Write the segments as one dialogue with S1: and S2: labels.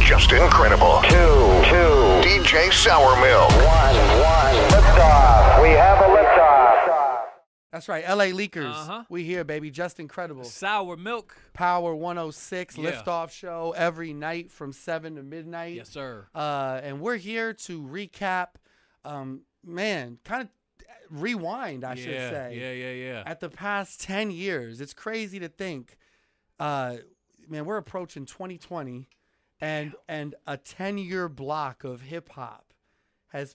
S1: Just incredible. Two, two. DJ Sour Milk.
S2: One, one. Liftoff. We have a liftoff.
S3: That's right. LA Leakers.
S4: Uh-huh.
S3: We here, baby. Just incredible.
S4: Sour milk.
S3: Power 106
S4: Yeah.
S3: liftoff show every night from 7 to midnight.
S4: Yes, sir.
S3: Uh, and we're here to recap, um, man, kind of rewind, I
S4: yeah,
S3: should say,
S4: Yeah, yeah, yeah.
S3: at the past 10 years. It's crazy to think, uh, man, we're approaching 2020 and, and a 10 year block of hip hop has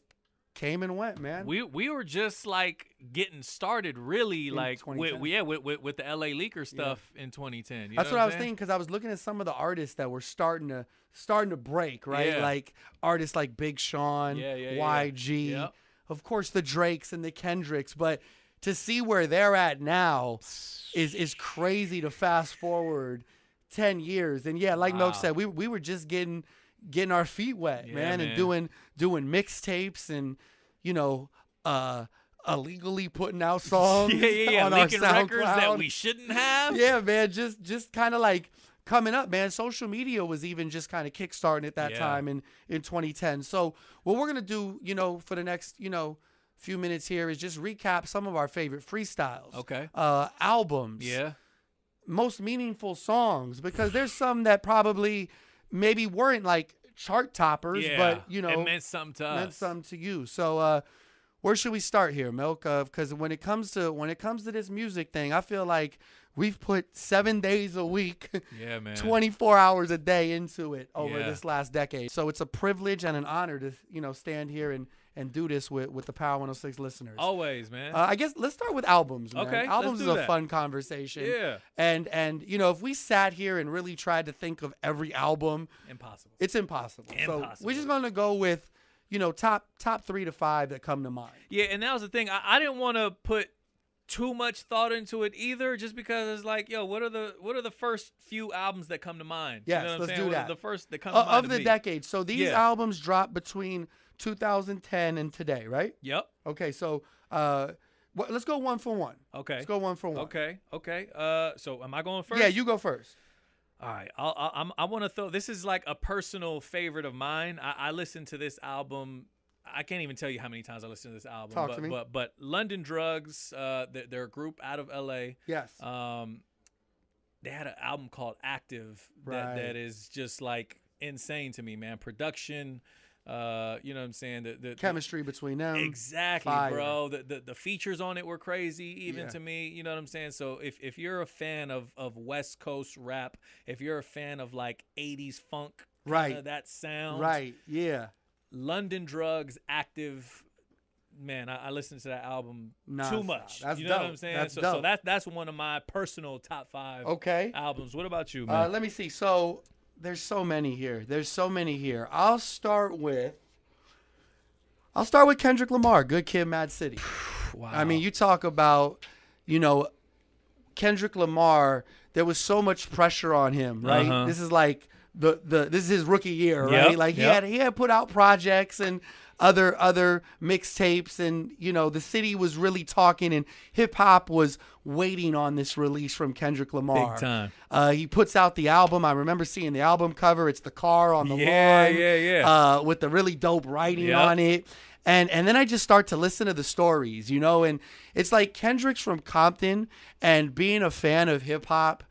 S3: came and went, man.
S4: we we were just like getting started, really,
S3: In
S4: like with
S3: 2010.
S4: yeah, with, with with the LA leaker stuff in 2010. you
S3: That's
S4: know
S3: what I was
S4: I'm
S3: thinking because I was looking at some of the artists that were starting to starting to break, right?
S4: Yeah.
S3: Like artists like Big Sean,
S4: Yeah, yeah, yeah.
S3: YG,
S4: Yep.
S3: of course the Drakes and the Kendricks, but to see where they're at now is is crazy to fast forward ten years. And yeah, like Milk
S4: Wow.
S3: said, we we were just getting getting our feet wet,
S4: Yeah,
S3: man, and
S4: man.
S3: doing doing mixtapes and you know, uh illegally putting out songs
S4: Yeah, yeah, yeah.
S3: on
S4: Leaking
S3: our SoundCloud
S4: records that we shouldn't have.
S3: yeah, man, just just kind of like coming up, man. Social media was even just kind of kickstarting at that
S4: Yeah.
S3: time in in 2010. So what we're gonna do, you know, for the next, you know, few minutes here is just recap some of our favorite freestyles.
S4: Okay.
S3: Uh, albums.
S4: Yeah.
S3: Most meaningful songs because there's some that probably maybe weren't like chart toppers,
S4: yeah.
S3: but you know,
S4: it meant something to us.
S3: meant something to you. So uh, where should we start here, Milk? Because when it comes to when it comes to this music thing, I feel like we've put seven days a week,
S4: Yeah, man.
S3: 24 hours a day into it over
S4: Yeah.
S3: this last decade. So it's a privilege and an honor to you know stand here and and do this with with the Power 106 listeners.
S4: Always, Oh, man.
S3: Uh, I guess let's start with albums. Man.
S4: Okay, let's
S3: albums
S4: do
S3: is a
S4: that.
S3: fun conversation.
S4: Yeah.
S3: and and you know if we sat here and really tried to think of every album,
S4: Impossible.
S3: it's impossible. So we're
S4: Impossible.
S3: just gonna go with, you know, top top three to five that come to mind.
S4: Yeah, and that was the thing. I, I didn't want to put too much thought into it either, just because it's like, yo, what are the what are the first few albums that come to mind?
S3: Yes,
S4: you know what
S3: let's
S4: I'm
S3: do
S4: saying? What
S3: that.
S4: are the first that come
S3: Uh,
S4: to mind
S3: of
S4: to
S3: the
S4: me?
S3: decade. So these
S4: Yeah.
S3: albums dropped between 2010 and today, right?
S4: Yep.
S3: Okay, so uh, wh- let's go one for one.
S4: Okay.
S3: Let's go one for one.
S4: Okay. Okay. Uh, so am I going first?
S3: Yeah, you go first.
S4: All right. I'll, I, I'm, I want to throw. This is like a personal favorite of mine. I, I listened to this album. I can't even tell you how many times I listened to this album.
S3: Talk
S4: but,
S3: to me.
S4: but but London Drugs, uh, they're, they're a group out of L.A.
S3: Yes.
S4: Um, they had an album called Active
S3: Right.
S4: that, that is just like insane to me, man. Production, uh, you know what I'm saying? The, the the-
S3: Chemistry between them.
S4: Exactly,
S3: fire.
S4: bro. The, the the features on it were crazy, even
S3: Yeah.
S4: to me. You know what I'm saying? So if if you're a fan of of West Coast rap, if you're a fan of like 80s funk, kinda
S3: Right.
S4: that sound,
S3: Right. Yeah.
S4: London Drugs, Active. Man, I, I listened to that album too
S3: Nonstop.
S4: much.
S3: That's
S4: you know what I'm
S3: dope.
S4: saying?
S3: That's
S4: so so
S3: dope.
S4: that's that's one of my personal top five
S3: Okay.
S4: albums. What about you,
S3: Uh,
S4: man?
S3: let me see. So there's so many here. There's so many here. I'll start with. I'll start with Kendrick Lamar. Good kid, Mad City.
S4: wow.
S3: I mean, you talk about, you know, Kendrick Lamar. There was so much pressure on him, right?
S4: Uh-huh.
S3: This is like the the this is his rookie year,
S4: Yep,
S3: right? Like he
S4: yep.
S3: had he had put out projects and other other mixtapes, and you know, the city was really talking, and hip hop was waiting on this release from Kendrick Lamar.
S4: time.
S3: Uh, he puts out the album. I remember seeing the album cover. It's the car on the
S4: Yeah,
S3: lawn,
S4: yeah, yeah.
S3: uh, with the really dope writing
S4: Yep.
S3: on it. And and then I just start to listen to the stories, you know, and it's like Kendrick's from Compton and being a fan of hip hop,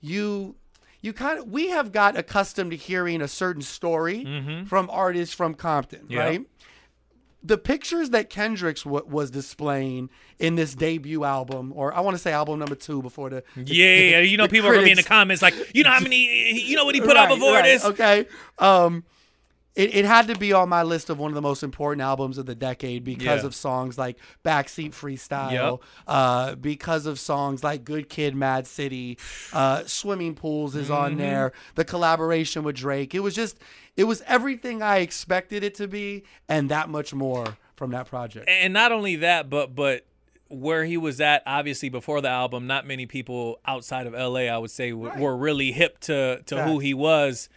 S3: you you kind of we have got accustomed to hearing a certain story from artists from Compton,
S4: Yep.
S3: right? The pictures that Kendrick's wa was displaying in this debut album, or I want to say album number two before the, the
S4: yeah, you know,
S3: the
S4: people are gonna be in the
S3: critics-
S4: comments like, you know how many, you know what he put out
S3: Right,
S4: before
S3: right,
S4: this.
S3: Okay. Um, it, it had to be on my list of one of the most important albums of the decade because
S4: Yeah.
S3: of songs like Backseat Freestyle,
S4: Yep.
S3: uh, because of songs like Good Kid, Mad City, uh, Swimming Pools is
S4: Mm-hmm.
S3: on there, the collaboration with Drake. It was just, it was everything I expected it to be and that much more from that project.
S4: and not only that, but but where he was at, obviously before the album, not many people outside of LA, I would say, w- were really hip to to who
S3: Facts.
S4: he was.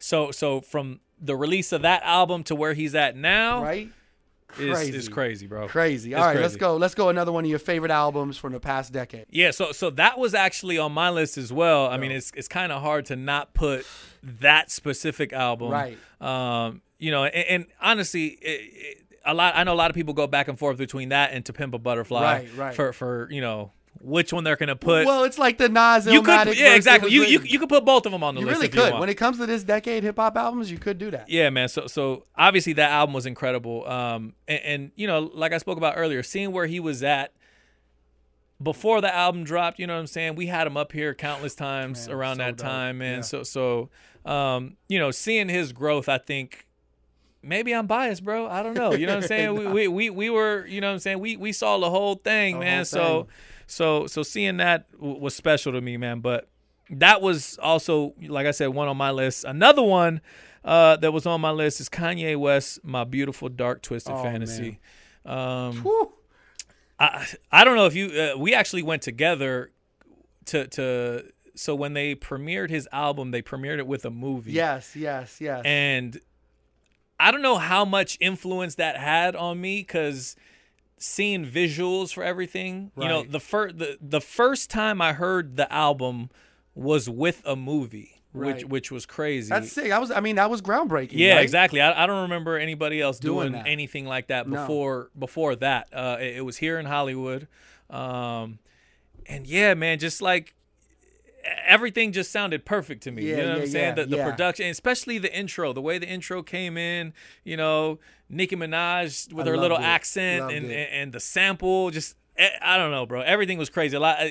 S4: So so from the release of that album to where he's at now,
S3: Right?
S4: is,
S3: Crazy.
S4: is crazy, bro.
S3: Crazy.
S4: It's
S3: All right, let's
S4: crazy.
S3: go. Let's go another one of your favorite albums from the past decade.
S4: Yeah, so so that was actually on my list as well. I mean, it's it's kind of hard to not put that specific album,
S3: Right.
S4: Um, you know, and, and honestly, it, it, a lot I know a lot of people go back and forth between that and To Pimp a Butterfly,
S3: Right, right.
S4: For for you know which one they're gonna put.
S3: well, it's like the Nas
S4: you
S3: Illmatic
S4: could, yeah,
S3: verse
S4: exactly.
S3: that
S4: You,
S3: was
S4: you
S3: written.
S4: you could put both of them on the
S3: You
S4: list.
S3: really
S4: if you
S3: could.
S4: want.
S3: when it comes to this decade hip hop albums, you could do that.
S4: Yeah, man. So so obviously that album was incredible. Um, and, and you know, like I spoke about earlier, seeing where he was at before the album dropped, you know what I'm saying? We had him up here countless times
S3: Man,
S4: around
S3: so
S4: that
S3: dope.
S4: time, man.
S3: Yeah.
S4: So so um, you know, seeing his growth, I think maybe I'm biased, bro. I don't know. You know what I'm saying? we, we we we were, you know what I'm saying? We we saw the whole thing,
S3: The
S4: man.
S3: whole
S4: So
S3: thing.
S4: so so seeing that w- was special to me, man, but that was also like I said one on my list. Another one uh, that was on my list is Kanye West, My Beautiful Dark Twisted
S3: Oh,
S4: Fantasy. Um,
S3: Whew.
S4: I I don't know if you uh, we actually went together to to so when they premiered his album, they premiered it with a movie.
S3: Yes, yes, yes.
S4: And I don't know how much influence that had on me cuz seeing visuals for everything. You know,
S3: Right.
S4: the first the, the first time I heard the album was with a movie, which
S3: Right.
S4: which was crazy.
S3: That's sick. I was. I mean, that was groundbreaking.
S4: Yeah,
S3: right?
S4: exactly. I, I don't remember anybody else
S3: Doing
S4: doing,
S3: that.
S4: anything like that
S3: No.
S4: before before that. Uh, it, it was here in Hollywood, um, and yeah, man, just like e-, everything just sounded perfect to me.
S3: Yeah,
S4: you know what
S3: yeah,
S4: I'm saying?
S3: yeah,
S4: the the
S3: yeah.
S4: production, especially the intro, the way the intro came in. You know, Nicki Minaj with
S3: I
S4: her little
S3: loved it.
S4: accent
S3: Loved
S4: and, and
S3: it.
S4: and the sample. Just eh, I don't know, bro. Everything was crazy. A lot. uh,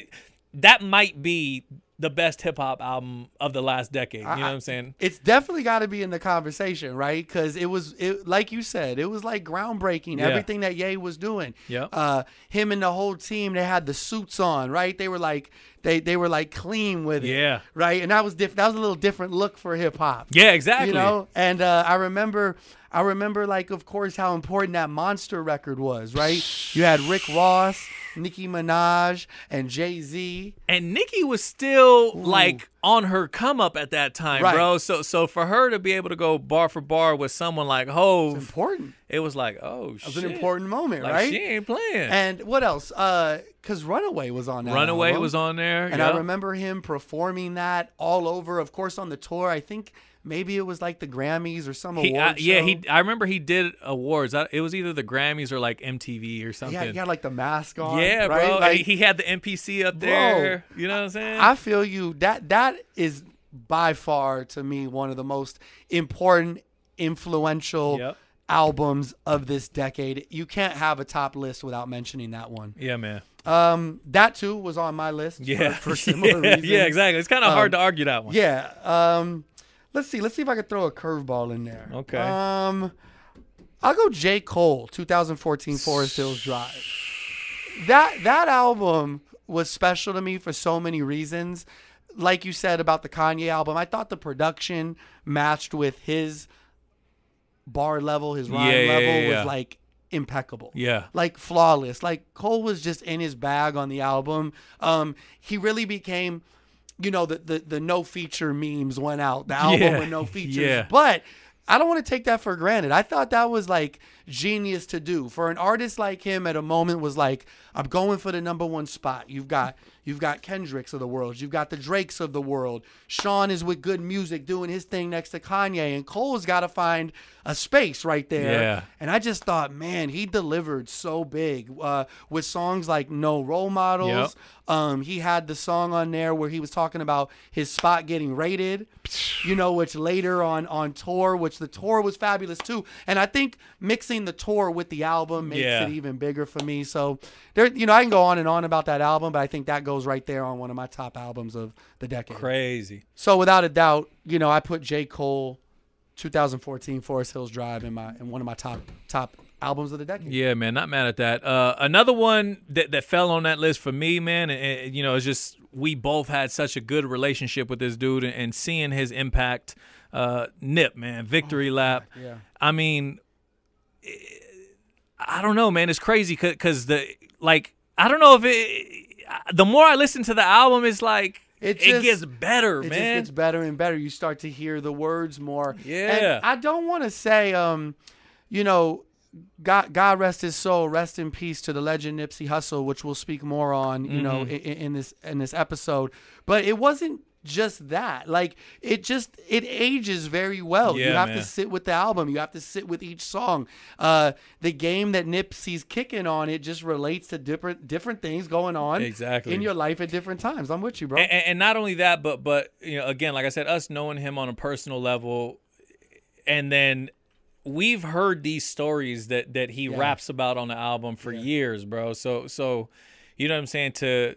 S4: That might be the best hip hop album of the last decade. You know what I'm saying?
S3: It's definitely got to be in the conversation, right? Because it was, it, like you said, it was like groundbreaking.
S4: Yeah.
S3: Everything that Ye was doing.
S4: Yep.
S3: Uh, him and the whole team, they had the suits on, right? They were like, they they were like clean with it.
S4: Yeah.
S3: Right, and that was diff- That was a little different look for hip hop.
S4: Yeah, exactly.
S3: You know, and uh, I remember, I remember, like, of course, how important that Monster record was, right? You had Rick Ross, Nicki Minaj, and Jay Z.
S4: and Nikki was still like on her come up at that time,
S3: Right.
S4: bro. So so for her to be able to go bar for bar with someone like Hove,
S3: Important.
S4: it was like, oh shit,
S3: It was an important moment,
S4: like,
S3: right?
S4: She ain't playing.
S3: And what else? Uh, cause Runaway was on that.
S4: Runaway
S3: album.
S4: was on there,
S3: and
S4: yeah.
S3: I remember him performing that all over. Of course, on the tour. I think maybe it was like the Grammys or some
S4: He,
S3: award
S4: I, yeah,
S3: show.
S4: he. I remember he did awards. I, it was either the Grammys or like MTV or
S3: He
S4: something.
S3: had, he had like the mask on.
S4: yeah,
S3: right?
S4: bro.
S3: Like,
S4: and he had the NPC up
S3: Bro,
S4: there. you know what I'm saying?
S3: I feel you. That that is by far to me one of the most important, influential
S4: Yep.
S3: albums of this decade. You can't have a top list without mentioning that one.
S4: yeah, man.
S3: Um, that too was on my list. for-
S4: Yeah,
S3: for, similar
S4: yeah,
S3: reasons.
S4: yeah, exactly. It's kind of hard to argue that one.
S3: Yeah. Um, let's see. Let's see if I can throw a curveball in there.
S4: Okay.
S3: Um, I'll go J. Cole, 2014 Forest Hills Drive. That that album was special to me for so many reasons. Like you said about the Kanye album, I thought the production matched with his bar level, his rhyme
S4: Yeah, yeah,
S3: level
S4: yeah, yeah.
S3: was like impeccable
S4: Yeah.
S3: like flawless. Like Cole was just in his bag on the album. Um, he really became, you know, the the, the no feature memes went out. The album
S4: Yeah.
S3: with no features,
S4: Yeah.
S3: but. I don't want to take that for granted. I thought that was like genius to do for an artist like him. At a moment, was like, I'm going for the number one spot. You've got you've got Kendricks of the world. You've got the Drakes of the world. Sean is with good music doing his thing next to Kanye, and Cole's got to find a space right there there.
S4: Yeah.
S3: And I just thought, man, he delivered so big uh, with songs like No Role Models. Um, he had the song on there where he was talking about his spot getting rated, you know, which later on on tour, which the tour was fabulous too. And I think mixing the tour with the album makes
S4: Yeah.
S3: it even bigger for me. So there, you know, I can go on and on about that album, but I think that goes right there on one of my top albums of the decade.
S4: Crazy.
S3: So without a doubt, you know, I put J. Cole, 2014 Forest Hills Drive in my in one of my top top albums of the decade.
S4: Yeah, man, not mad at that. Uh, another one that, that fell on that list for me, man, and, and, you know, it's just we both had such a good relationship with this dude and, and seeing his impact. Uh, Nip, man, victory lap.
S3: Oh, yeah.
S4: I mean, I don't know, man. It's crazy because the like I don't know if it. The more I listen to the album, it's like
S3: It
S4: it,
S3: just-
S4: gets better,
S3: It
S4: man.
S3: just gets better and better. You start to hear the words more.
S4: Yeah.
S3: And I don't want to say, um, you know, God, God rest his soul. Rest in peace to the legend Nipsey Hussle, which we'll speak more on, you know,
S4: Mm-hmm.
S3: in, in this in this episode. But it wasn't just that. Like it just it ages very well. you
S4: Yeah,
S3: have
S4: man.
S3: to sit with the album. You have to sit with each song. Uh, the game that Nipsey's kicking on it just relates to different different things going on
S4: Exactly.
S3: in your life at different times. I'm with you, bro.
S4: and, and- and not only that, but but you know, again, like I said, us knowing him on a personal level, and then we've heard these stories that that he raps about on the album for years, bro. So so, you know what I'm saying? To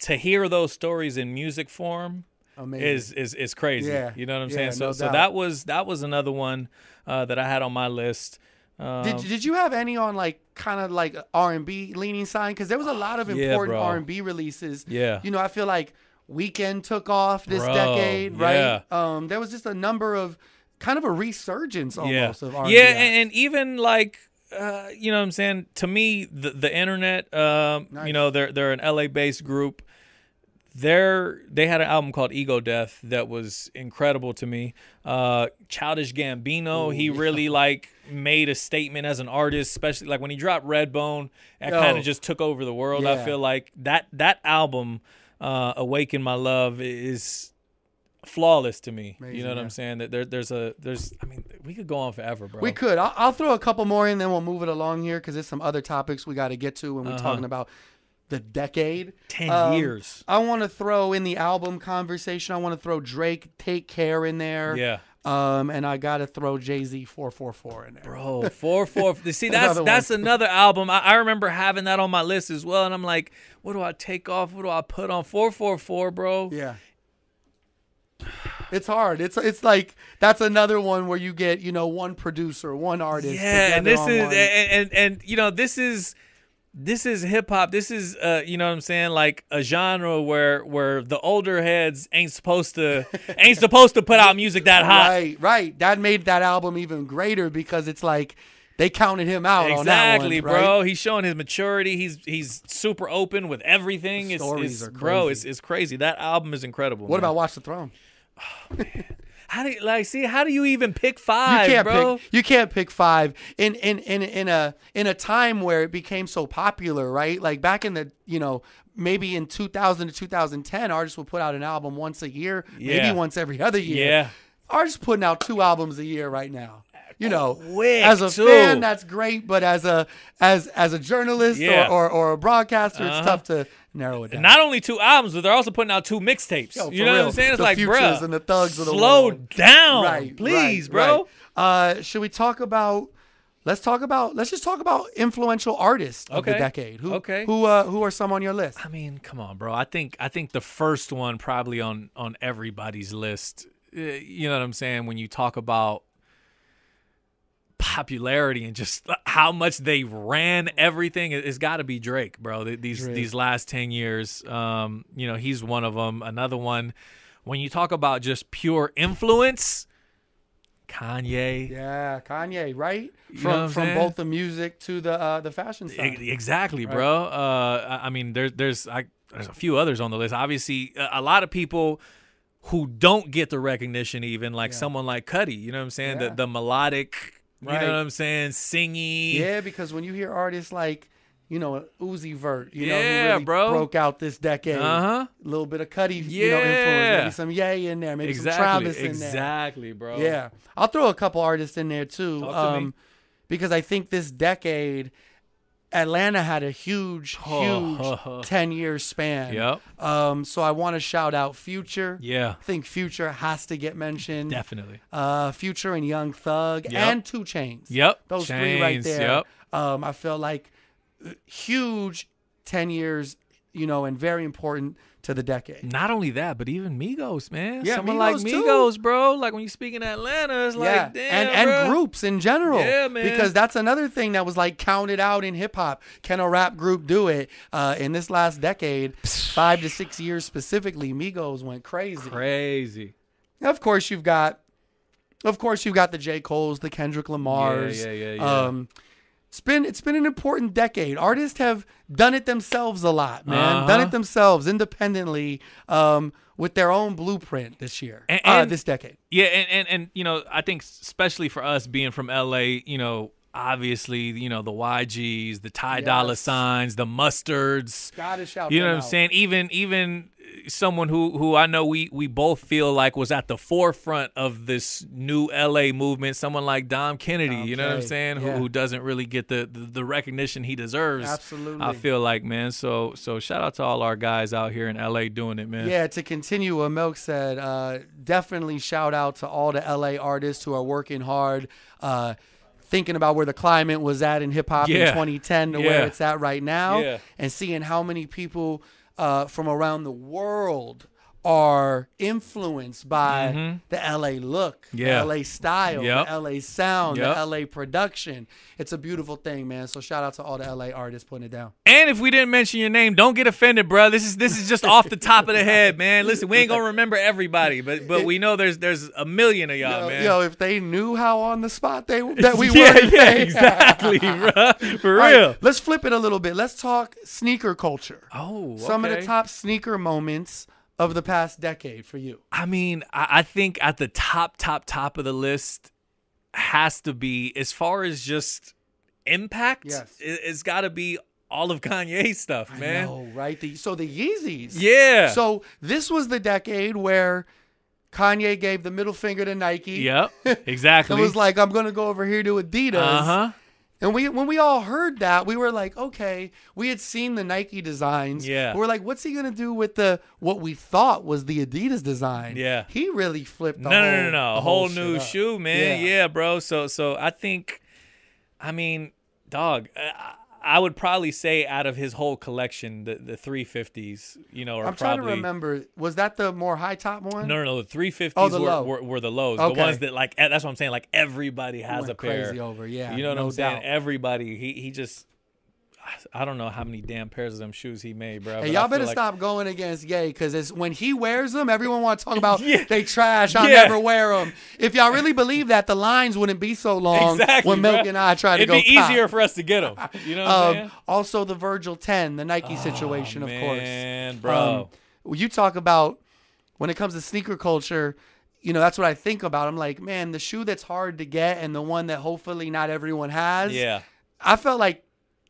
S4: to hear those stories in music form
S3: Amazing.
S4: is is is crazy.
S3: Yeah.
S4: You know what I'm
S3: Yeah,
S4: saying? So
S3: no
S4: so
S3: doubt.
S4: that was that was another one uh, that I had on my list. Um,
S3: Did, did you have any on like kind of like R and B leaning sign? Because there was a lot of
S4: Yeah,
S3: important
S4: bro.
S3: R and B releases.
S4: Yeah.
S3: you know, I feel like Weekend took off this
S4: Bro,
S3: decade,
S4: yeah.
S3: right? Um, there was just a number of kind of a resurgence almost of R and B.
S4: Yeah, and, and even like uh, you know what I'm saying? To me, the the internet, um, you know, they're they're an LA based group. They're they had an album called Ego Death that was incredible to me. Uh, Childish Gambino, he really like made a statement as an artist, especially like when he dropped Redbone, that
S3: Yo.
S4: kind of just took over the world. I
S3: Yeah.
S4: feel like that that album, uh, Awaken My Love, is flawless to me. you
S3: Amazing,
S4: know what
S3: yeah.
S4: I'm saying? That there, there's a there's I mean we could go on forever, bro.
S3: we could. I'll, I'll throw a couple more in, then we'll move it along here because there's some other topics we got to get to when we're
S4: Uh-huh.
S3: talking about the decade.
S4: ten
S3: Um,
S4: years.
S3: I want to throw in the album conversation. I want to throw Drake "Take Care" in there.
S4: Yeah.
S3: Um, and I gotta throw Jay Z four four four in there.
S4: Bro, four four. See, that's
S3: Another one.
S4: that's another album. I, I remember having that on my list as well, and I'm like, what do I take off? What do I put on? Four four four, bro.
S3: Yeah. It's hard. It's it's like that's another one where you get you know one producer, one artist.
S4: yeah and
S3: together
S4: this
S3: on
S4: is eh,
S3: one.
S4: and, and and you know this is this is hip hop this is uh you know what i'm saying like a genre where where the older heads ain't supposed to ain't supposed to put out music that hot
S3: right, right. That made that album even greater because it's like they counted him out on that one.
S4: Exactly,
S3: right?
S4: bro. He's showing his maturity. He's he's super open with everything. It's,
S3: Stories
S4: it's-
S3: are
S4: bro. It's
S3: crazy.
S4: it's crazy. That album is incredible.
S3: What
S4: man.
S3: about Watch the Throne?
S4: how do you, like see how do you even pick
S3: You
S4: five,
S3: can't
S4: bro?
S3: pick. You can't pick five in in in in a in a time where it became so popular, right? Like back in the you know maybe in 2000 to 2010, artists would put out an album once a year,
S4: Yeah.
S3: maybe once every other year.
S4: Yeah.
S3: artists putting out two albums a year right now. You know,
S4: Quick,
S3: as a
S4: too.
S3: fan, that's great, but as a as as a journalist
S4: Yeah. Uh-huh.
S3: or, or or a broadcaster, it's tough to narrow it down.
S4: Not only two albums, but they're also putting out two mixtapes.
S3: Yo, for
S4: You know what I'm
S3: real.
S4: saying? It's
S3: The
S4: like, bro,
S3: Futures and the Thugs of the
S4: slow
S3: world.
S4: down, please,
S3: right,
S4: bro.
S3: right. Uh, should we talk about? Let's talk about. Let's just talk about influential artists of the
S4: Okay.
S3: decade. Who,
S4: Okay.
S3: Who, uh, who are some on your list?
S4: I mean, come on, bro. I think I think the first one probably on on everybody's list. uh, You know what I'm saying? When you talk about popularity and just how much they ran everything, it- it's got to be Drake, bro. th- These these last ten years, um, you know, he's one of them. Another one. When you talk about just pure influence, Kanye.
S3: Yeah, Kanye, right? From
S4: know what I'm
S3: from
S4: saying?
S3: both the music to the uh, the fashion side.
S4: E- Exactly, bro. Uh, I- I mean, there's there's I, there's a few others on the list. Obviously, a, a lot of people who don't get the recognition, even like someone like Cuddy. You know what I'm saying?
S3: Yeah.
S4: The the melodic.
S3: Right.
S4: You know what I'm saying? Singy.
S3: Yeah, because when you hear artists like, you know, Uzi Vert, you know, who
S4: Yeah,
S3: really
S4: bro.
S3: broke out this decade.
S4: Uh-huh.
S3: A little bit of Cuddy, you know, influence.
S4: Yeah.
S3: Maybe some Ye in there, maybe some
S4: Exactly.
S3: Travis in there.
S4: Exactly, bro.
S3: Yeah. I'll throw a couple artists in there too.
S4: Talk to me.
S3: um, Because I think this decade, Atlanta had a huge, huge 10 year span.
S4: Yep.
S3: Um, so I want to shout out Future.
S4: Yeah.
S3: I think Future has to get mentioned.
S4: Definitely.
S3: Uh, Future and Young Thug
S4: Yep.
S3: and Two Chains.
S4: Yep.
S3: Those three right
S4: Chainz,
S3: there.
S4: Yep.
S3: Um, I feel like uh, huge 10 years, you know, and very important to the decade.
S4: Not only that, but even Migos, man.
S3: Yeah,
S4: Someone
S3: Migos,
S4: like
S3: too.
S4: Migos, bro. Like when you speak in Atlanta, it's
S3: yeah,
S4: like damn,
S3: and
S4: bro.
S3: and groups in general.
S4: Yeah, man.
S3: Because that's another thing that was like counted out in hip hop. Can a rap group do it? Uh, in this last decade, five to six years specifically, Migos went crazy.
S4: Crazy.
S3: Of course, you've got, of course, you've got the J. Cole's, the Kendrick Lamar's.
S4: yeah, yeah, yeah.
S3: Um, it's been it's been an important decade. Artists have done it themselves a lot, man. Done
S4: Uh-huh.
S3: it themselves independently um, with their own blueprint this year,
S4: And-
S3: uh,
S4: and-
S3: this decade.
S4: Yeah, and, and and you know, I think especially for us being from LA, you know, obviously, you know, the YGs, the Ty Dollar
S3: Yes.
S4: Signs, the Mustards.
S3: Gotta shout
S4: You know
S3: them
S4: what I'm
S3: out.
S4: saying? Even even someone who who I know we we both feel like was at the forefront of this new LA movement, someone like Dom Kennedy, you know what I'm
S3: Kennedy,
S4: saying?
S3: yeah.
S4: Who who doesn't really get the, the the recognition he deserves. I
S3: Absolutely.
S4: feel like, man. So so shout out to all our guys out here in LA doing it, man.
S3: Yeah, to continue what Milk said, uh, definitely shout out to all the LA artists who are working hard, uh, thinking about where the climate was at in hip hop in
S4: Yeah.
S3: 2010 to
S4: Yeah.
S3: where it's at right now,
S4: Yeah.
S3: and seeing how many people uh, from around the world are influenced by the LA look,
S4: Mm-hmm.
S3: the
S4: Yeah.
S3: LA style,
S4: Yep.
S3: the LA sound,
S4: Yep.
S3: the LA production. It's a beautiful thing, man. So shout out to all the LA artists putting it down.
S4: And if we didn't mention your name, don't get offended, bro. This is this is just off the top of the head, man. Listen, we ain't gonna remember everybody, but but we know there's there's a million of y'all,
S3: yo,
S4: man.
S3: yo, if they knew how on the spot they that we
S4: yeah,
S3: were,
S4: yeah,
S3: they-
S4: exactly, bro. For
S3: All right,
S4: real.
S3: let's flip it a little bit. Let's talk sneaker culture.
S4: Oh,
S3: Some of
S4: okay.
S3: the top sneaker moments of the past decade for you.
S4: I mean, I, I think at the top, top, top of the list has to be as far as just impact.
S3: Yes.
S4: It, has got to be all of Kanye's stuff, man.
S3: No, right? The, so the Yeezys.
S4: Yeah.
S3: So this was the decade where Kanye gave the middle finger to Nike.
S4: yep,
S3: It
S4: exactly.
S3: was like I'm gonna go over here to Adidas.
S4: uh huh.
S3: And we when we all heard that, we were like, okay, we had seen the Nike designs.
S4: Yeah.
S3: We were like, what's he gonna do with the what we thought was the Adidas design?
S4: Yeah.
S3: He really flipped the
S4: no,
S3: whole,
S4: no, no, no,
S3: the
S4: a whole, new
S3: shit up.
S4: shoe, man. Yeah.
S3: Yeah.
S4: bro. So, so I think, I mean, dog, I, I would probably say out of his whole collection, the the three fifties, you know, are
S3: I'm trying
S4: probably
S3: to remember. Was that the more high top one?
S4: No, no, no. The three fifties
S3: Oh, the
S4: were,
S3: low.
S4: were, were the lows. The
S3: Okay.
S4: ones that like eh, that's what I'm saying. Like everybody has
S3: went
S4: a pair.
S3: crazy over, yeah,
S4: You know what
S3: no
S4: I'm saying?
S3: doubt.
S4: Everybody. He he just. I don't know how many damn pairs of them shoes he made, bro. but
S3: Hey,
S4: I
S3: y'all
S4: feel
S3: better
S4: like-
S3: stop going against Ye because it's when he wears them, everyone want to talk about
S4: Yeah.
S3: they trash. I'll
S4: Yeah.
S3: never wear them. If y'all really believe that, the lines wouldn't be so long
S4: Exactly.
S3: when Milk
S4: bruh.
S3: and I try to
S4: It'd
S3: go.
S4: be
S3: cop.
S4: easier for us to get them. You know what I'm saying?
S3: Um, also, the Virgil 10, the Nike situation, of course.
S4: Oh, Man, bro.
S3: Um, you talk about when it comes to sneaker culture, you know, that's what I think about. I'm like, man, the shoe that's hard to get and the one that hopefully not everyone has.
S4: yeah.
S3: I felt like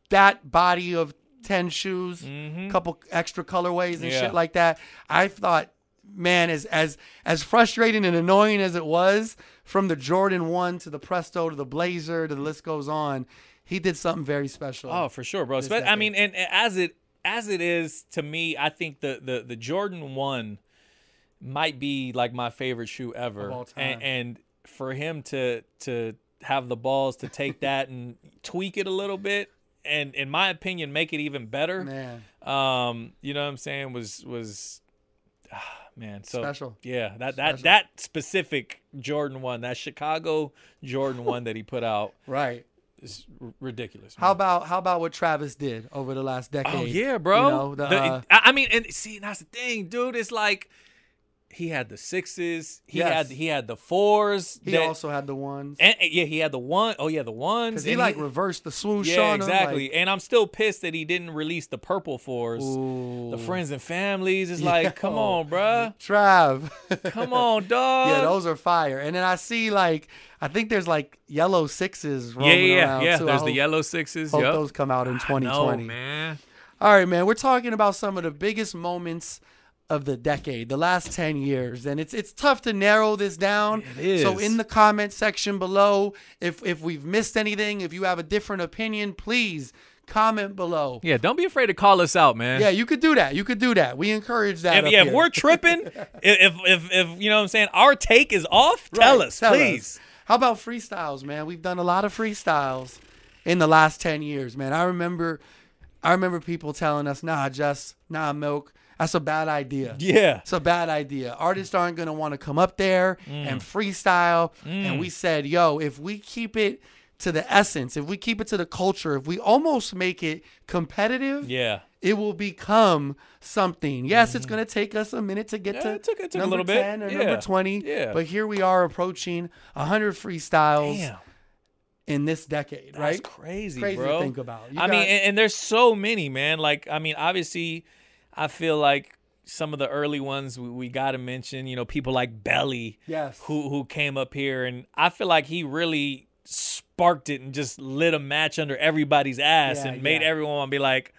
S3: that body of 10 shoes, couple extra colorways and
S4: Mm-hmm. Yeah.
S3: shit like that. I thought, man, as as as frustrating and annoying as it was, from the Jordan 1 to the Presto to the Blazer to the list goes on, he did something very special.
S4: Oh, for sure, bro. Spe- I
S3: decade.
S4: mean, and, and as it as it is to me, I think the the the Jordan one might be like my favorite shoe ever.
S3: all time.
S4: And, and for him to to have the balls to take that and tweak it a little bit, and in my opinion, make it even better.
S3: man.
S4: Um, you know what I'm saying? Was was. ah, Man, so
S3: Special.
S4: yeah, that that that specific Jordan one, that Chicago Jordan one that he put out
S3: Right.
S4: is r- ridiculous. man.
S3: How about how about what Travis did over the last decade?
S4: Oh yeah,
S3: You
S4: bro.
S3: know, the,
S4: The-
S3: uh,
S4: I I mean, and see, that's the thing, dude. It's like he had the sixes. He
S3: Yes.
S4: had he had the fours.
S3: he
S4: that-
S3: also had the ones.
S4: and, and yeah, he had the one oh yeah, the ones.
S3: Cause he
S4: and
S3: like reversed the swoosh
S4: yeah,
S3: on him, like-
S4: exactly. and I'm still pissed that he didn't release the purple fours. The
S3: Ooh.
S4: friends and families. It's like, come
S3: Yo.
S4: on, bruh.
S3: Trav.
S4: Come on, dog.
S3: Yeah, those are fire. And then I see like I think there's like yellow sixes
S4: yeah,
S3: rolling
S4: yeah, yeah.
S3: around
S4: yeah.
S3: too. I
S4: There's the
S3: hope-
S4: yellow sixes.
S3: Hope
S4: yep.
S3: those come out in
S4: I
S3: 2020.
S4: know, man.
S3: All right, man. We're talking about some of the biggest moments of the decade, the last 10 years. And it's it's tough to narrow this down.
S4: It
S3: So
S4: is.
S3: in the comment section below, if if we've missed anything, if you have a different opinion, please comment below.
S4: Yeah, don't be afraid to call us out, man.
S3: Yeah, you could do that. You could do that. We encourage that.
S4: if,
S3: up
S4: yeah, if
S3: here.
S4: we're tripping, if, if if if you know what I'm saying, our take is off. Tell
S3: Right,
S4: us, please.
S3: How about freestyles, man? We've done a lot of freestyles in the last ten years, man. I remember, I remember people telling us, "Nah, just nah, milk. That's a bad idea.
S4: Yeah,
S3: It's a bad idea. Artists aren't gonna want to come up there
S4: Mm.
S3: and freestyle." And we said, "Yo, if we keep it." To the essence, if we keep it to the culture, if we almost make it competitive,
S4: yeah.
S3: it will become something. Yes, it's going to take us a minute to get
S4: Mm-hmm. Yeah,
S3: to
S4: it took- it took a
S3: number
S4: little bit.
S3: 10 or
S4: Yeah.
S3: number 20.
S4: Yeah.
S3: But here we are approaching 100 freestyles
S4: Damn,
S3: in this decade,
S4: that's
S3: right?
S4: crazy,
S3: Crazy to
S4: bro.
S3: think about. You
S4: I mean,
S3: got-
S4: and, and there's so many, man. Like, I mean, obviously, I feel like some of the early ones we, we got to mention. You know, people like Belly,
S3: Yes.
S4: who who came up here, and I feel like he really. Sp- sparked it and just lit a match under everybody's ass
S3: Yeah,
S4: and made
S3: yeah.
S4: everyone wanna be like,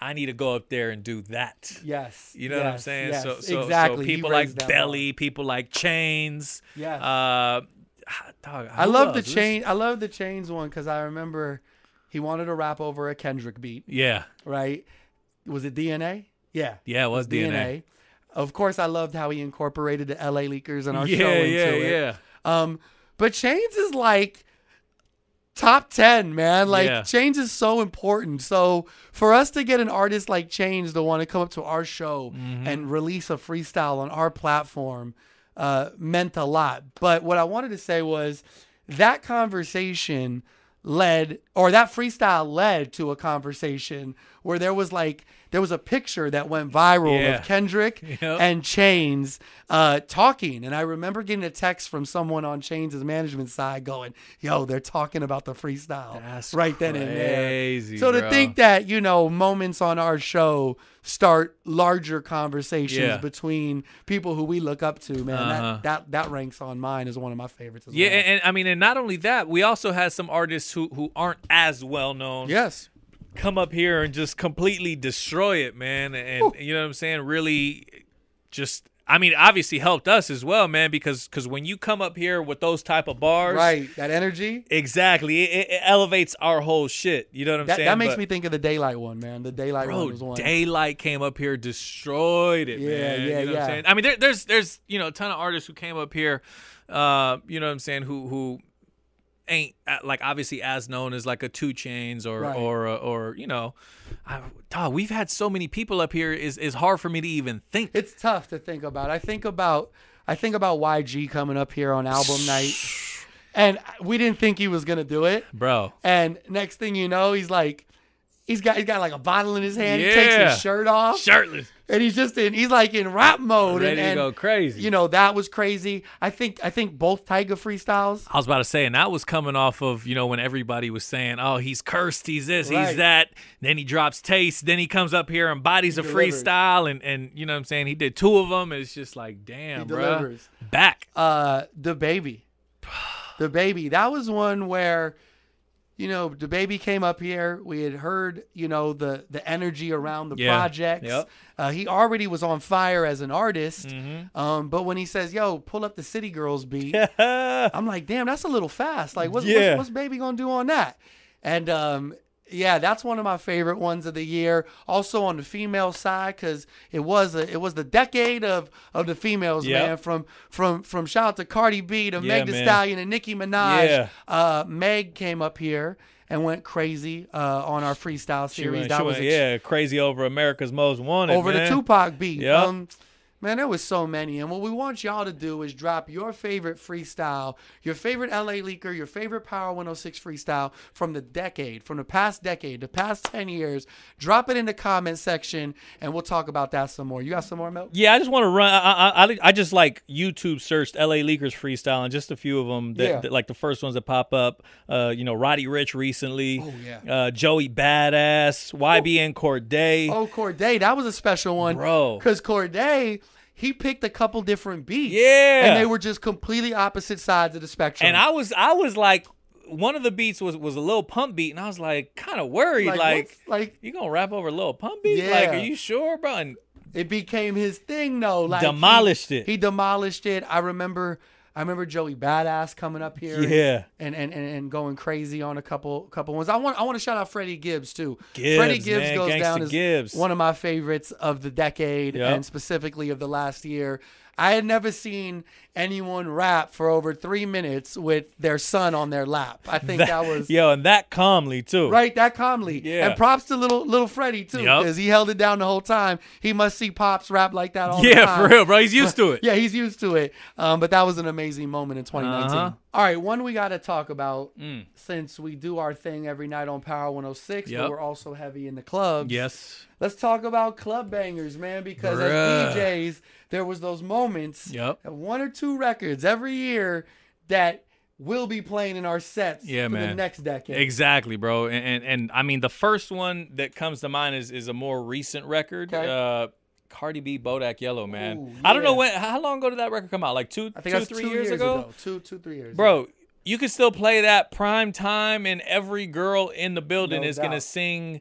S4: I need to go up there and do that.
S3: Yes.
S4: You know what I'm
S3: yes,
S4: saying?
S3: yes,
S4: so, so,
S3: exactly.
S4: so
S3: He
S4: people like
S3: raised that
S4: Belly, people like Chains.
S3: Yes.
S4: Uh, ah, dog,
S3: I
S4: who
S3: love the
S4: else? This-
S3: chain. I love the chains one because I remember he wanted to rap over a Kendrick beat,
S4: Yeah.
S3: right? Was it DNA? Yeah.
S4: Yeah, it was DNA.
S3: Of course, I loved how he incorporated the LA leakers and our show
S4: Yeah,
S3: into
S4: yeah,
S3: it.
S4: yeah.
S3: Um, but Chains is like top ten, man. Like
S4: Yeah.
S3: Chains is so important. So for us to get an artist like Chains to want to come up to our show
S4: Mm-hmm.
S3: and release a freestyle on our platform uh, meant a lot. But what I wanted to say was that conversation led or that freestyle led to a conversation where there was like there was a picture that went viral
S4: Yeah.
S3: of Kendrick
S4: Yep.
S3: and Chains uh, talking. And I remember getting a text from someone on Chains' management side going, yo, they're talking about the freestyle
S4: That's
S3: right then and there.
S4: crazy,
S3: So to
S4: bro.
S3: think that, you know, moments on our show start larger conversations
S4: Yeah.
S3: between people who we look up to, man,
S4: Uh-huh.
S3: that, that, that ranks on mine as one of my favorites as
S4: Yeah,
S3: well.
S4: and, and I mean, and not only that, we also had some artists who who aren't as well known
S3: yes.
S4: come up here and just completely destroy it, man. And you know what I'm saying? Really, just I mean, obviously helped us as well, man, because because when you come up here with those type of bars,
S3: Right. That energy.
S4: Exactly, it, it elevates our whole shit. You know what I'm
S3: That,
S4: saying?
S3: that makes
S4: But-
S3: me think of the daylight one, man. The daylight one was
S4: Bro,
S3: one.
S4: Daylight came up here, destroyed it,
S3: Yeah,
S4: man.
S3: yeah,
S4: you know What
S3: yeah.
S4: I'm saying? I mean, there, there's there's you know a ton of artists who came up here, uh, you know what I'm saying, who who ain't uh, like obviously as known as like a Two Chains or
S3: Right.
S4: or uh, or you know, I, dog, we've had so many people up here. Is is hard for me to even think.
S3: it's tough to think about. I think about I think about YG coming up here on album night, and we didn't think he was gonna do it.
S4: Bro,
S3: And next thing you know, he's like, he's got he's got like a bottle in his hand. He takes
S4: Yeah.
S3: his shirt off,
S4: shirtless,
S3: and he's just in he's like in rap mode. and,
S4: ready
S3: and,
S4: to go crazy.
S3: You know that was crazy. I think I think both Tiger freestyles.
S4: I was about to say, and that was coming off of you know when everybody was saying, "Oh, he's cursed, he's this,
S3: Right.
S4: he's that." Then he drops taste, then he comes up here and bodies a
S3: delivers.
S4: freestyle, and and you know what I'm saying he did two of them. It's just like, damn, bro,
S3: delivers.
S4: back.
S3: uh the baby the baby that was one where you know the baby came up here we had heard you know the the energy around the
S4: Yeah.
S3: projects
S4: Yep.
S3: uh, he already was on fire as an artist
S4: Mm-hmm.
S3: um, but when he says yo pull up the city girls beat i'm like damn that's a little fast like what's,
S4: Yeah.
S3: what's, what's baby gonna do on that and um yeah, that's one of my favorite ones of the year. Also on the female side, because it was a, it was the decade of of the females,
S4: Yep.
S3: man. From from from shout out to Cardi B to
S4: Yeah,
S3: Meg Thee
S4: man.
S3: Stallion and Nicki Minaj.
S4: Yeah.
S3: Uh, Meg came up here and went crazy uh, on our freestyle series. that was a-
S4: yeah, crazy over America's Most Wanted.
S3: over the Tupac beat.
S4: Yep.
S3: Um, man, there was so many. And what we want y'all to do is drop your favorite freestyle, your favorite LA leaker, your favorite Power 106 freestyle from the decade, from the past decade, the past 10 years. Drop it in the comment section and we'll talk about that some more. You got some more milk?
S4: Yeah, I just want to run. I, I- I I just like YouTube searched "LA Leakers freestyle" and just a few of them. That,
S3: Yeah.
S4: that- like the first ones that pop up. Uh, you know, Roddy Rich recently.
S3: Oh, yeah.
S4: Uh, Joey Badass, YBN Corday.
S3: Oh, Corday, that was a special one,
S4: Bro.
S3: Because Corday, he picked a couple different beats,
S4: Yeah.
S3: and they were just completely opposite sides of the spectrum.
S4: And I was I was like, one of the beats was was a little pump beat, and I was like, kind of worried, like,
S3: what's- like
S4: you gonna rap over a little pump beat? Like,
S3: Yeah.
S4: are you sure, bro? And
S3: it became his thing though. Like he-
S4: Demolished it.
S3: He demolished it. I remember I remember Joey Badass coming up here and-
S4: Yeah.
S3: and, and, and, and going crazy on a couple couple ones. I want I want to shout out Freddie Gibbs too.
S4: Gibbs,
S3: Freddie Gibbs
S4: man.
S3: goes
S4: Gangsta
S3: down as
S4: Gibbs.
S3: one of my favorites of the decade
S4: Yep.
S3: and specifically of the last year. I had never seen anyone rap for over three minutes with their son on their lap. I think that, was
S4: yo, and that calmly too.
S3: Right, that calmly.
S4: Yeah.
S3: And props to little little Freddie too,
S4: Yup.
S3: because he held it down the whole time. He must see pops rap like that all the time.
S4: Yeah, for real, bro. He's used to it.
S3: Yeah, he's used to it. Um, but that was an amazing moment in 2019.
S4: Uh-huh. Mm.
S3: All right, one we got to talk about since we do our thing every night on Power 106, but
S4: Yup.
S3: we're also heavy in the clubs.
S4: Yes.
S3: Let's talk about club bangers, man, because
S4: Bruh.
S3: as DJs, there was those moments,
S4: Yup.
S3: one or two records every year that will be playing in our sets
S4: Yeah,
S3: for the
S4: man.
S3: next decade.
S4: Exactly, bro. And, and and I mean the first one that comes to mind is is a more recent record.
S3: Okay.
S4: Uh Cardi B Bodak Yellow, man.
S3: Ooh,
S4: I don't know
S3: yeah.
S4: when how long ago did that record come out? Like two,
S3: I
S4: two, three
S3: think that's two
S4: years, ago?
S3: Two, two, three years.
S4: Bro, you can still play that prime time, and every girl in the building
S3: No
S4: is gonna
S3: doubt.
S4: sing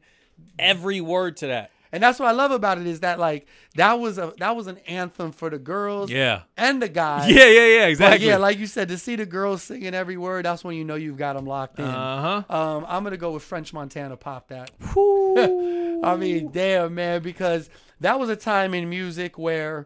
S4: every word to that.
S3: And that's what I love about it is that like that was a that was an anthem for the girls
S4: Yeah.
S3: and the guys.
S4: Yeah, yeah, yeah,
S3: But
S4: exactly.
S3: yeah, like you said, to see the girls singing every word, that's when you know you've got them locked in.
S4: uh huh.
S3: Um, I'm gonna go with French Montana. Pop that. I mean, damn man, because that was a time in music where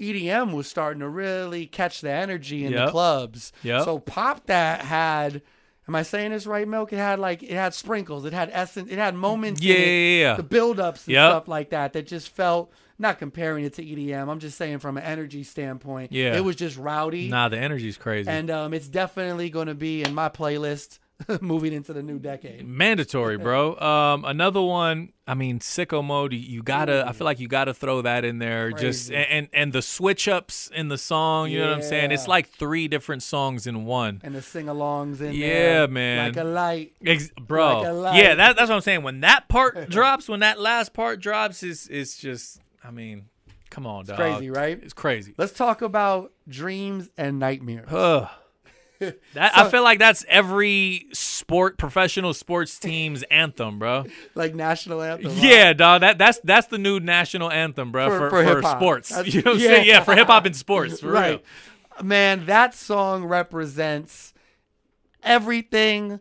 S3: EDM was starting to really catch the energy in the
S4: Yep.
S3: clubs.
S4: Yep.
S3: So pop that had. Am I saying this right, Milk? It had like it had sprinkles, it had essence, it had moments. in
S4: Yeah,
S3: it,
S4: yeah, yeah.
S3: The buildups and
S4: Yep.
S3: stuff like that that just felt. Not comparing it to EDM. I'm just saying from an energy standpoint.
S4: Yeah.
S3: It was just rowdy.
S4: Nah, the energy's crazy.
S3: And um, it's definitely going to be in my playlist moving into the new decade.
S4: Mandatory, bro. Um, another one. I mean, sicko mode. You, you gotta. I feel like you gotta throw that in there. Just
S3: Crazy.
S4: and, and and the switch ups in the song. You know what I'm saying? It's
S3: Yeah.
S4: like three different songs in one.
S3: And the sing alongs in
S4: Yeah,
S3: there.
S4: man.
S3: Like a light.
S4: Ex- bro.
S3: Like a light.
S4: yeah, that, that's what I'm saying. When that part drops, when that last part drops, is it's just. I mean, come on, dog.
S3: crazy, right?
S4: It's crazy.
S3: Let's talk about dreams and nightmares.
S4: Ugh. That, I feel like that's every sport, professional sports team's anthem, bro.
S3: Like national anthem. right?
S4: Yeah, dog. That that's that's the new national anthem, bro,
S3: For-
S4: for,
S3: for
S4: for,
S3: hip-hop.
S4: sports.
S3: That's-
S4: you know what
S3: yeah.
S4: I'm saying? Yeah, for hip hop and sports, for
S3: Right.
S4: real.
S3: Man, that song represents everything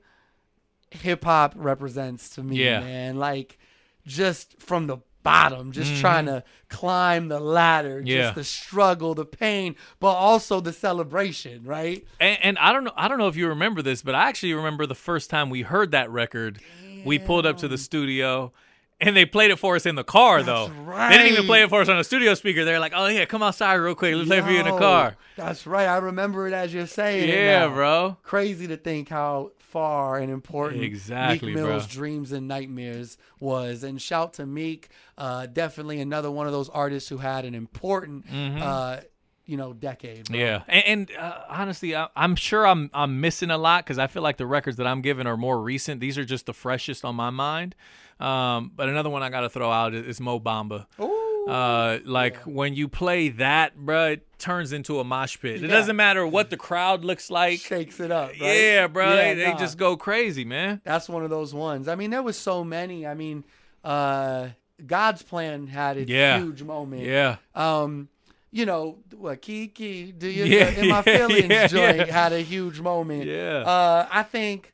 S3: hip hop represents to me,
S4: Yeah.
S3: man. Like just from the bottom, just trying to climb the ladder,
S4: Mm-hmm. Yeah.
S3: just the struggle, the pain, but also the celebration, right?
S4: And, and I don't know, I don't know if you remember this, but I actually remember the first time we heard that record. We pulled up to the studio, and they played it for us in the car. though they didn't even
S3: right.
S4: play it for us on a studio speaker. They're like, "Oh yeah, come outside real quick. Let's play it for you in the
S3: Yo,
S4: car."
S3: That's right. I remember it as you're saying it
S4: Yeah,
S3: now.
S4: bro.
S3: Crazy to think how far and important
S4: Exactly,
S3: Meek Mill's
S4: bro.
S3: dreams and nightmares was. And shout to Meek, uh, definitely another one of those artists who had an important, uh, you know, decade. bro.
S4: Mm-hmm. Yeah, and, and uh, honestly, I, I'm sure I'm I'm missing a lot because I feel like the records that I'm giving are more recent. These are just the freshest on my mind. Um, but another one I got to throw out is, is Mo Bamba. Uh, like when you play that, bruh, it turns into a mosh pit. It
S3: Yeah.
S4: doesn't matter what the crowd looks like.
S3: shakes it up. Right?
S4: Yeah, bro, they, they
S3: nah.
S4: just go crazy, man.
S3: That's one of those ones. I mean, there was so many. I mean, uh, God's plan had its
S4: Yeah.
S3: huge moment.
S4: Yeah,
S3: um, you know, what Kiki, do you
S4: Yeah,
S3: in my
S4: yeah,
S3: feelings
S4: yeah,
S3: joint
S4: yeah.
S3: had a huge moment.
S4: Yeah.
S3: Uh, I think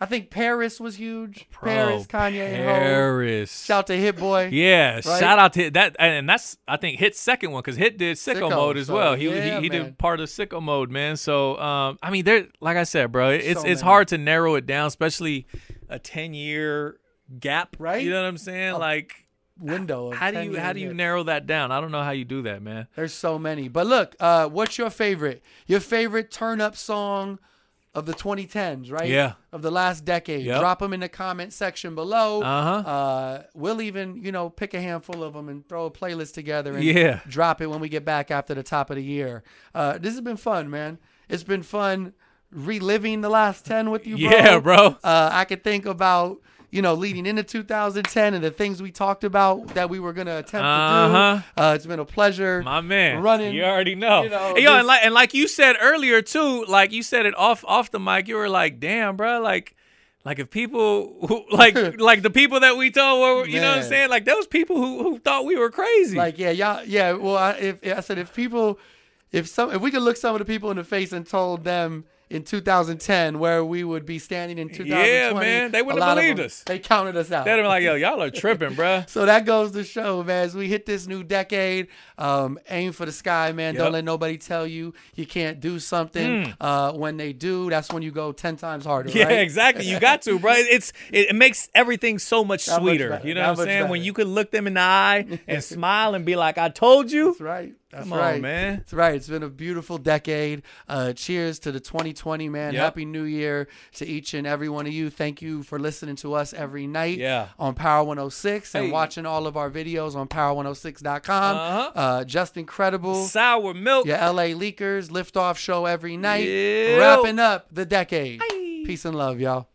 S3: I think Paris was huge.
S4: Bro,
S3: Paris, Kanye and Ho.
S4: Paris.
S3: Shout to Hit Boy.
S4: Yeah,
S3: Right?
S4: shout out to that, and that's I think Hit's second one because Hit did
S3: Sicko,
S4: Sicko, Mode as
S3: so,
S4: well. He
S3: yeah,
S4: he, he
S3: man.
S4: did part of Sicko Mode, man. So um, I mean, there, like I said, bro, it's
S3: So many.
S4: it's hard to narrow it down, especially a ten year gap,
S3: Right?
S4: You know what I'm saying? like,
S3: Window. of
S4: how do
S3: 10
S4: you how do you
S3: years.
S4: narrow that down? I don't know how you do that, man.
S3: There's so many. But look, uh, what's your favorite? Your favorite turn up song of the 2010s, right?
S4: Yeah.
S3: Of the last decade.
S4: Yep.
S3: Drop them in the comment section below.
S4: Uh-huh.
S3: Uh, we'll even, you know, pick a handful of them and throw a playlist together and
S4: Yeah.
S3: drop it when we get back after the top of the year. Uh, this has been fun, man. It's been fun reliving the last 10 with you, bro.
S4: Yeah, bro.
S3: Uh, I could think about, you know, leading into 2010 and the things we talked about that we were going to attempt
S4: Uh-huh.
S3: to do. Uh, it's been a pleasure.
S4: My man,
S3: running.
S4: You already know.
S3: you know,
S4: Hey, yo,
S3: this-
S4: and like and like you said earlier too, like you said it off off the mic. You were like, "Damn, bro, like." Like if people who, like like the people that we told were you know what I'm
S3: Man.
S4: saying like those people who who thought we were crazy
S3: Like, yeah, y'all, yeah. Well, I, if I said if people, if some, if we could look some of the people in the face and told them in 2010 where we would be standing in 2020,
S4: man, they wouldn't
S3: a
S4: have
S3: lot of
S4: believed
S3: them,
S4: us.
S3: They counted us out.
S4: they'd have been like yo y'all are tripping bro
S3: so that goes to show, man. As we hit this new decade, um, aim for the sky, man. Don't
S4: Yep. Hmm.
S3: let nobody tell you you can't do something. Uh, when they do, that's when you go ten times harder.
S4: yeah
S3: right?
S4: exactly you got to bro it's it, it makes everything so much
S3: That much
S4: sweeter
S3: better,
S4: you know
S3: that
S4: what I'm
S3: much
S4: saying when
S3: better.
S4: you could look them in the eye and smile and be like I told you
S3: That's right. That's
S4: Come on,
S3: right.
S4: man.
S3: That's right. It's been a beautiful decade. Uh, cheers to the 2020, man.
S4: Yep.
S3: Happy New Year to each and every one of you. Thank you for listening to us every night
S4: Yeah.
S3: on Power 106
S4: Hey.
S3: and watching all of our videos on power106.com.
S4: Uh-huh.
S3: Uh, just incredible.
S4: sour milk
S3: Your LA Leakers liftoff show every night.
S4: Yeah.
S3: Wrapping up the decade. Peace and love, y'all.